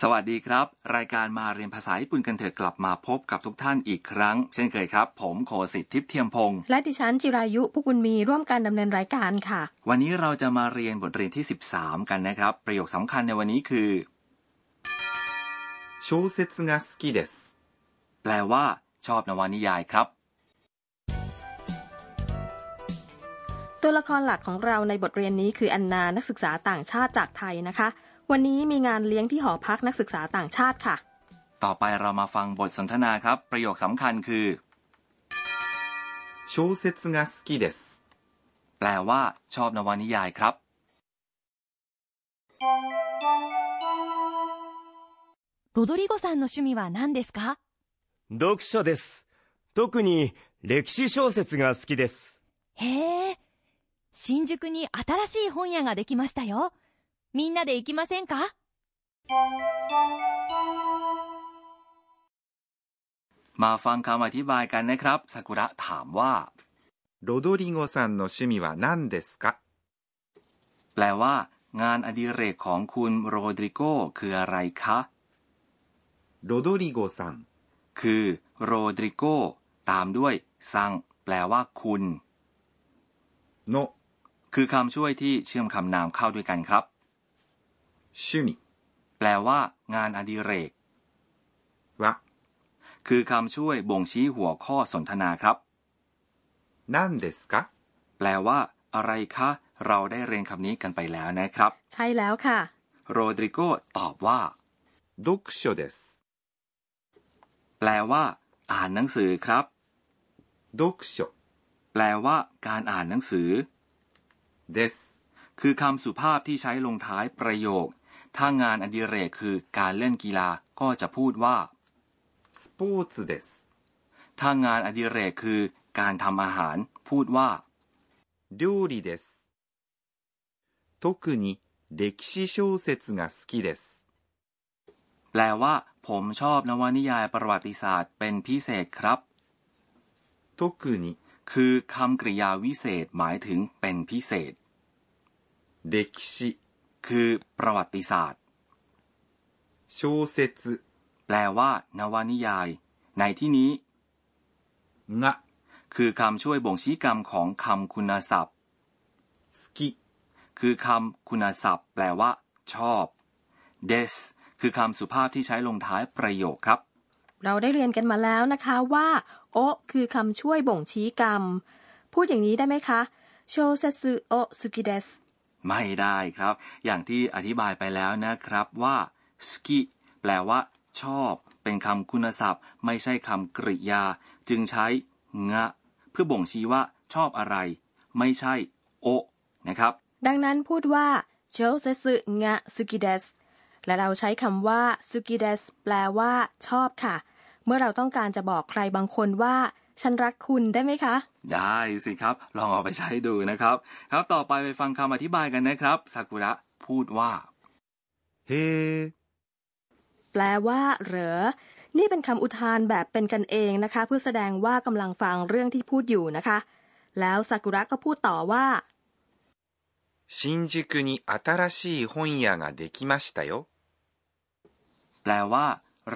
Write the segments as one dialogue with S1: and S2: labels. S1: สวัสดีครับ รายการมาเรียนภาษาญี่ปุ่นกันเถอะกลับมาพบกับทุกท่านอีกครั้ง เช่นเคยครับ ผมโคสิทธิ์ทิพย์เทียมพงศ์
S2: และดิฉันจิรายุผู้บุญมีร่วมกันดำเนินรายการค่ะ
S1: วันนี้เราจะมาเรียนบทเรียนที่ 13 กันนะครับ ประโยคสำคัญในวันนี้คือ
S3: 小説が好きです。
S1: แปลว่า ชอบนวนิยายครับ
S2: ตัวละครหลักของเราในบทเรียนนี้คืออันนานักศึกษาต่างชาติจากไทยนะคะ วันนี้มีงานเลี้ยงที่หอพักนักศึกษาต่างชาติค่ะ
S1: ต่อไปเรามาฟังบทสนทนาครับ ประโยคสำคัญคือ
S3: 小説が好きです。
S1: แปลว่า ชอบนวนิยายครับ
S4: ロドリゴさんの趣味は何ですか
S5: 読書です。特に歴史小説が好きです。
S4: へえ。新宿に新しい本屋ができましたよ。みんなで行きませんか
S1: มาฟังคำอธิบายกันนะครับซากุระถามว่า
S3: ロドリゴさんの趣味は何ですか
S1: แปลว่า งานอดิเรกของคุณโรดริโกคืออะไรคะ
S3: ロドリゴさん、
S1: คือโรดริโกตามด้วยซังแปลว่าคุณ
S3: の
S1: คือคำช่วยที่เชื่อมคำนามเข้าด้วยกันครับ
S3: 趣味
S1: แปลว่า งานอดิเรก
S3: は
S1: คือคำช่วยบ่งชี้หัวข้อสนทนาครับ
S3: 何ですか
S1: แปลว่า อะไรคะ เราได้เรียนคำนี้กันไปแล้วนะครับ
S2: ใช่แล้วค่ะ
S1: โรดริโกตอบว่า
S3: 読書です。
S1: แปลว่า อ่านหนังสือครับ
S3: 読書
S1: แปลว่า การอ่านหนังสือ
S3: です。
S1: คือคำสุภาพที่ใช้ลงท้ายประโยค ถ้างานอดิเรกคือการเล่นกีฬาก็จะพูดว่า
S3: スポーツです。
S1: ถ้างานอดิเรกคือ การทำอาหาร พูดว่า
S3: 料理です。特に歴史小説が好きです。
S1: แปลว่า ผมชอบนวนิยายประวัติศาสตร์เป็นพิเศษครับ
S3: 特に
S1: คือคำกริยาวิเศษหมายถึงเป็นพิเศษ
S3: 歴史
S1: คือ ประวัติศาสตร์
S3: 小説
S1: แปลว่า นวนิยาย ในที่นี้
S3: が
S1: คือคำช่วยบ่งชี้กรรมของคำคุณศัพท์
S3: 好き
S1: คือคำคุณศัพท์ แปลว่า ชอบ des คือคำสุภาพที่ใช้ลงท้ายประโยคครับ
S2: เราได้เรียนกันมาแล้วนะคะว่า โอะคือคำช่วยบ่งชี้กรรม พูดอย่างนี้ได้ไหมคะโชเซซึโอะสุกิเดส
S1: ไม่ได้ครับ อย่างที่อธิบายไปแล้วนะครับว่า ski แปลว่า ชอบ เป็นคำคุณศัพท์ ไม่ใช่คำกริยา จึงใช้งะ เพื่อบ่งชี้ว่า ชอบอะไร ไม่ใช่ โอะนะครับ
S2: ดังนั้นพูดว่าโชเซซึงะสุกิเดสและเราใช้คำว่าสุกิเดสแปลว่า ชอบค่ะ เมื่อเราต้องการจะบอกใครบางคนว่า ฉันรักคุณได้ไหมคะ
S1: ได้สิครับ ลองเอาไปใช้ดูนะครับ ครับต่อไปไปฟังคำอธิบายกันนะครับซากุระพูดว่า
S3: へえ
S2: แปลว่า เหรอ นี่เป็นคำอุทานแบบเป็นกันเองนะคะ เพื่อแสดงว่ากำลังฟังเรื่องที่พูดอยู่นะคะ แล้วซากุระก็พูดต่อว่า
S3: 新宿に新しい本屋ができましたよ。
S1: แปลว่า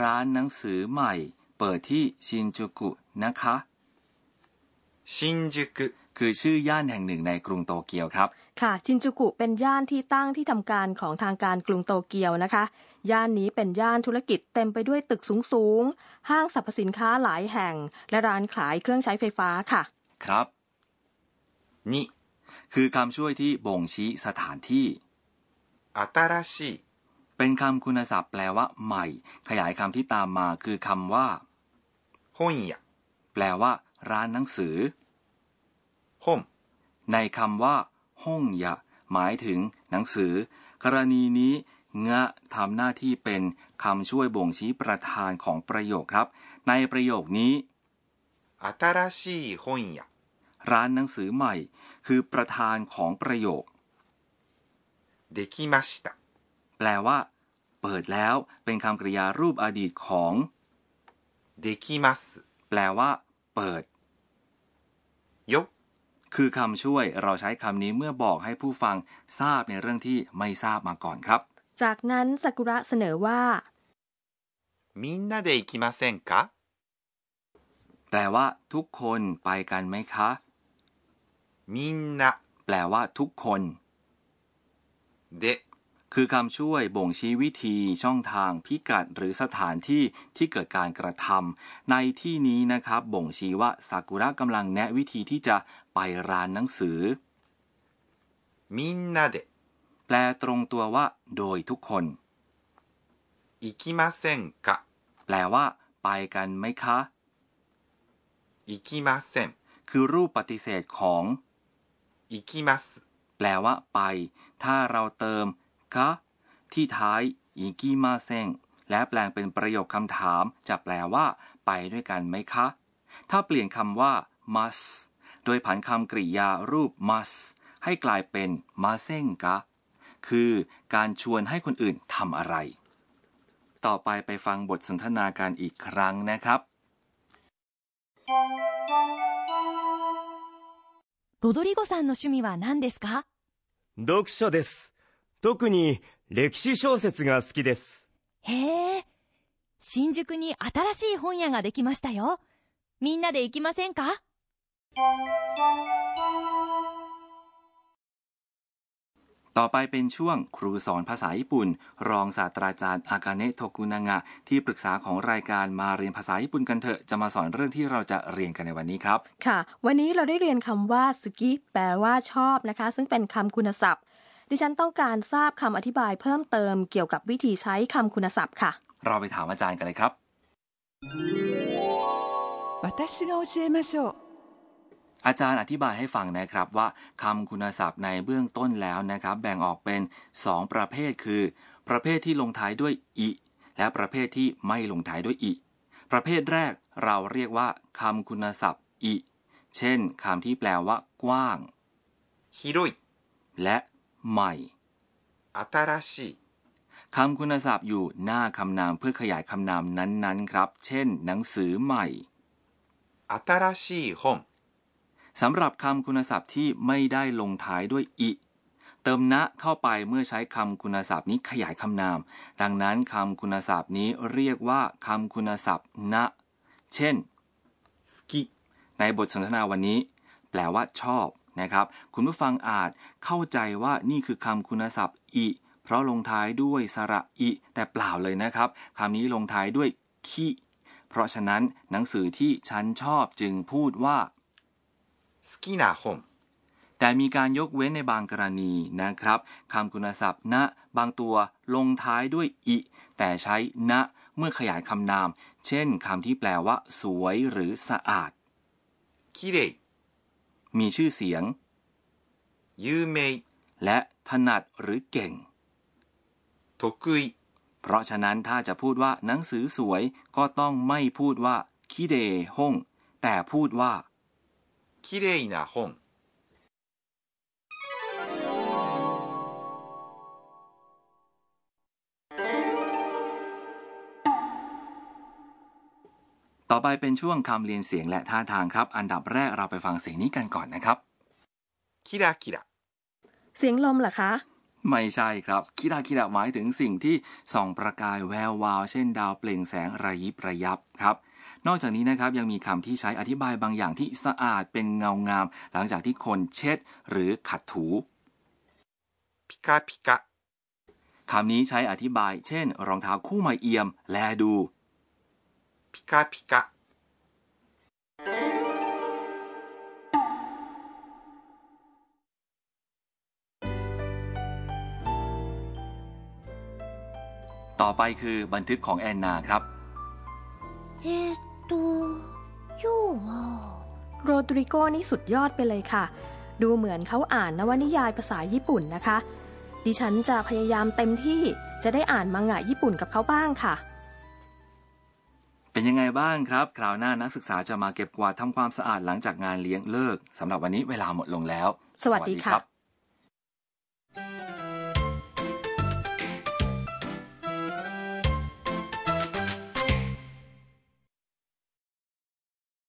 S1: ร้านหนังสือใหม่ เปิดที่ชินจูกุนะคะ
S3: 新宿
S1: คือชื่อย่านแห่งหนึ่งในกรุงโตเกียวครับ
S2: ค่ะ ชินจูกุเป็นย่านที่ตั้งที่ทำการของทางการกรุงโตเกียวนะคะ ย่านนี้เป็นย่านธุรกิจเต็มไปด้วยตึกสูงๆ ห้างสรรพสินค้าหลายแห่ง และร้านขายเครื่องใช้ไฟฟ้าค่ะ
S1: ครับ
S3: に
S1: คือคำช่วยที่บ่งชี้สถานที่
S3: 新しい
S1: เป็นคำคุณศัพท์แปลว่า ใหม่ ขยายคำที่ตามมาคือคำว่า
S3: 本屋
S1: แปลว่า ร้านหนังสือ
S3: 本
S1: ในคำว่าห้องยะ หมายถึง หนังสือ กรณีนี้ งะทำหน้าที่เป็นคำช่วยบ่งชี้ประธานของประโยคครับ ในประโยคนี้
S3: 新しい本屋
S1: ร้านหนังสือใหม่ คือประธานของประโยค
S3: できました
S1: แปลว่า เปิดแล้ว เป็นคำกริยารูปอดีตของ
S3: できます
S1: แปลว่า เปิด
S3: よ
S1: คือคำช่วยเราใช้คำนี้เมื่อบอกให้ผู้ฟังทราบในเรื่องที่ไม่ทราบมาก่อนครับ
S2: จากนั้นซากุระเสนอว่า
S3: みんなで行きませんか
S1: แปลว่า ทุกคนไปกันไหมคะ
S3: みんな
S1: แปลว่า ทุกคน
S3: で
S1: คือคำช่วยบ่งชี้วิธีช่องทางพิกัดหรือสถานที่ที่เกิดการกระทำในที่นี้นะครับ บ่งชี้ว่าซากุระกำลังแนะวิธีที่จะไปร้านหนังสือ
S3: みんなで
S1: แปลตรงตัวว่า โดยทุกคน
S3: 行きませんか
S1: แปลว่า ไปกันไหมคะ
S3: 行きません
S1: คือรูปปฏิเสธของ
S3: 行きます
S1: แปลว่า ไป ถ้าเราเติมกะที่ท้ายอิกิมาเซงและแปลงเป็นประโยคคำถาม จะแปลว่า ไปด้วยกันไหมคะ ถ้าเปลี่ยนคำว่า mas โดยผันคำกริยารูป mas ให้กลายเป็น มาเซงกะ คือการชวนให้คนอื่นทำอะไร ต่อไปไปฟังบทสนทนาการอีกครั้งนะครับ
S4: ロドリゴさんの趣味は何ですか
S5: 読書です。特に歴史小説が好きです。
S4: へえ。新宿に新しい本屋ができましたよ。みんなで行きませんか
S1: ต่อไปเป็นช่วงครูสอนภาษาญี่ปุ่น รองศาสตราจารย์อากาเนะโทกุนางะ ที่ปรึกษาของรายการมาเรียนภาษาญี่ปุ่นกันเถอะจะมาสอนเรื่องที่เราจะเรียนกันในวันนี้ครับ
S2: ค่ะ วันนี้เราได้เรียนคำว่าสุกิแปลว่าชอบนะคะ ซึ่งเป็นคำคุณศัพท์ ดิฉันต้องการทราบคำอธิบายเพิ่มเติมเกี่ยวกับวิธีใช้คำคุณศัพท์ค่ะ
S1: เราไปถามอาจารย์กันเลยครับ
S6: 私が教えましょう
S1: อาจารย์อธิบายให้ฟังนะครับว่าคำคุณศัพท์ในเบื้องต้นแล้วนะครับ แบ่งออกเป็น 2 ประเภทคือ ประเภทที่ลงท้ายด้วยอิและประเภทที่ไม่ลงท้ายด้วยอิประเภทแรกเราเรียกว่าคำคุณศัพท์อิเช่นคำที่แปลว่า กว้าง
S3: 広い
S1: และใหม่
S3: 新しい
S1: คำคุณศัพท์อยู่หน้าคำนามเพื่อขยายคำนามนั้นๆ ครับ เช่น หนังสือใหม่
S3: 新しい本
S1: สำหรับคำคุณศัพท์ที่ไม่ได้ลงท้ายด้วยอิ เติมนะเข้าไปเมื่อใช้คำคุณศัพท์นี้ขยายคำนาม ดังนั้นคำคุณศัพท์นี้เรียกว่าคำคุณศัพท์นะ เช่น
S3: 好き
S1: ในบทสนทนาวันนี้ แปลว่า ชอบนะครับ คุณผู้ฟังอาจเข้าใจว่านี่คือคำคุณศัพท์อิ เพราะลงท้ายด้วยสระอิ แต่เปล่าเลยนะครับคำนี้ลงท้ายด้วยคิเพราะฉะนั้นหนังสือที่ฉันชอบจึงพูดว่า
S3: 好きな本
S1: แต่มีการยกเว้นในบางกรณีนะครับคำคุณศัพท์ นะ บางตัวลงท้ายด้วยอิ แต่ใช้นะ เมื่อขยายคำนาม เช่นคำที่แปลว่า สวยหรือสะอาด
S3: きれい
S1: มีชื่อเสียง
S3: 有名
S1: และถนัดหรือเก่ง
S3: 得意
S1: เพราะฉะนั้นถ้าจะพูดว่าหนังสือสวยก็ต้องไม่พูดว่าคิเดห้งแต่พูดว่า
S3: きれいな本
S1: ต่อไปเป็นช่วงคำเรียนเสียงและท่าทางครับ อันดับแรกเราไปฟังเสียงนี้กันก่อนนะครับ
S3: キラキラ
S2: เสียงลมเหรอคะ
S1: ไม่ใช่ครับ คิดาคิดาหมายถึงสิ่งที่ส่องประกายแวววาว เช่นดาวเปล่งแสงระยิบระยับครับ นอกจากนี้นะครับยังมีคำที่ใช้อธิบายบางอย่างที่สะอาดเป็นเงางาม หลังจากที่คนเช็ด หรือขัดถู
S3: ピカピカ
S1: คำนี้ใช้อธิบาย เช่น รองเท้าคู่ใหม่เอี่ยม แลดู
S3: ピカピカ
S1: ต่อไปคือบันทึกของแอนนาครับ
S7: えーっと今日は
S2: โรดริโกนี่สุดยอดไปเลยค่ะ ดูเหมือนเขาอ่านนวนิยายภาษาญี่ปุ่นนะคะ ดิฉันจะพยายามเต็มที่จะได้อ่านมังงะญี่ปุ่นกับเขาบ้างค่ะ
S1: เป็นยังไงบ้างครับ คราวหน้านักศึกษาจะมาเก็บกวาดทำความสะอาดหลังจากงานเลี้ยงเลิกสำหรับวันนี้เวลาหมดลงแล้ว
S2: สวัสดีค่ะ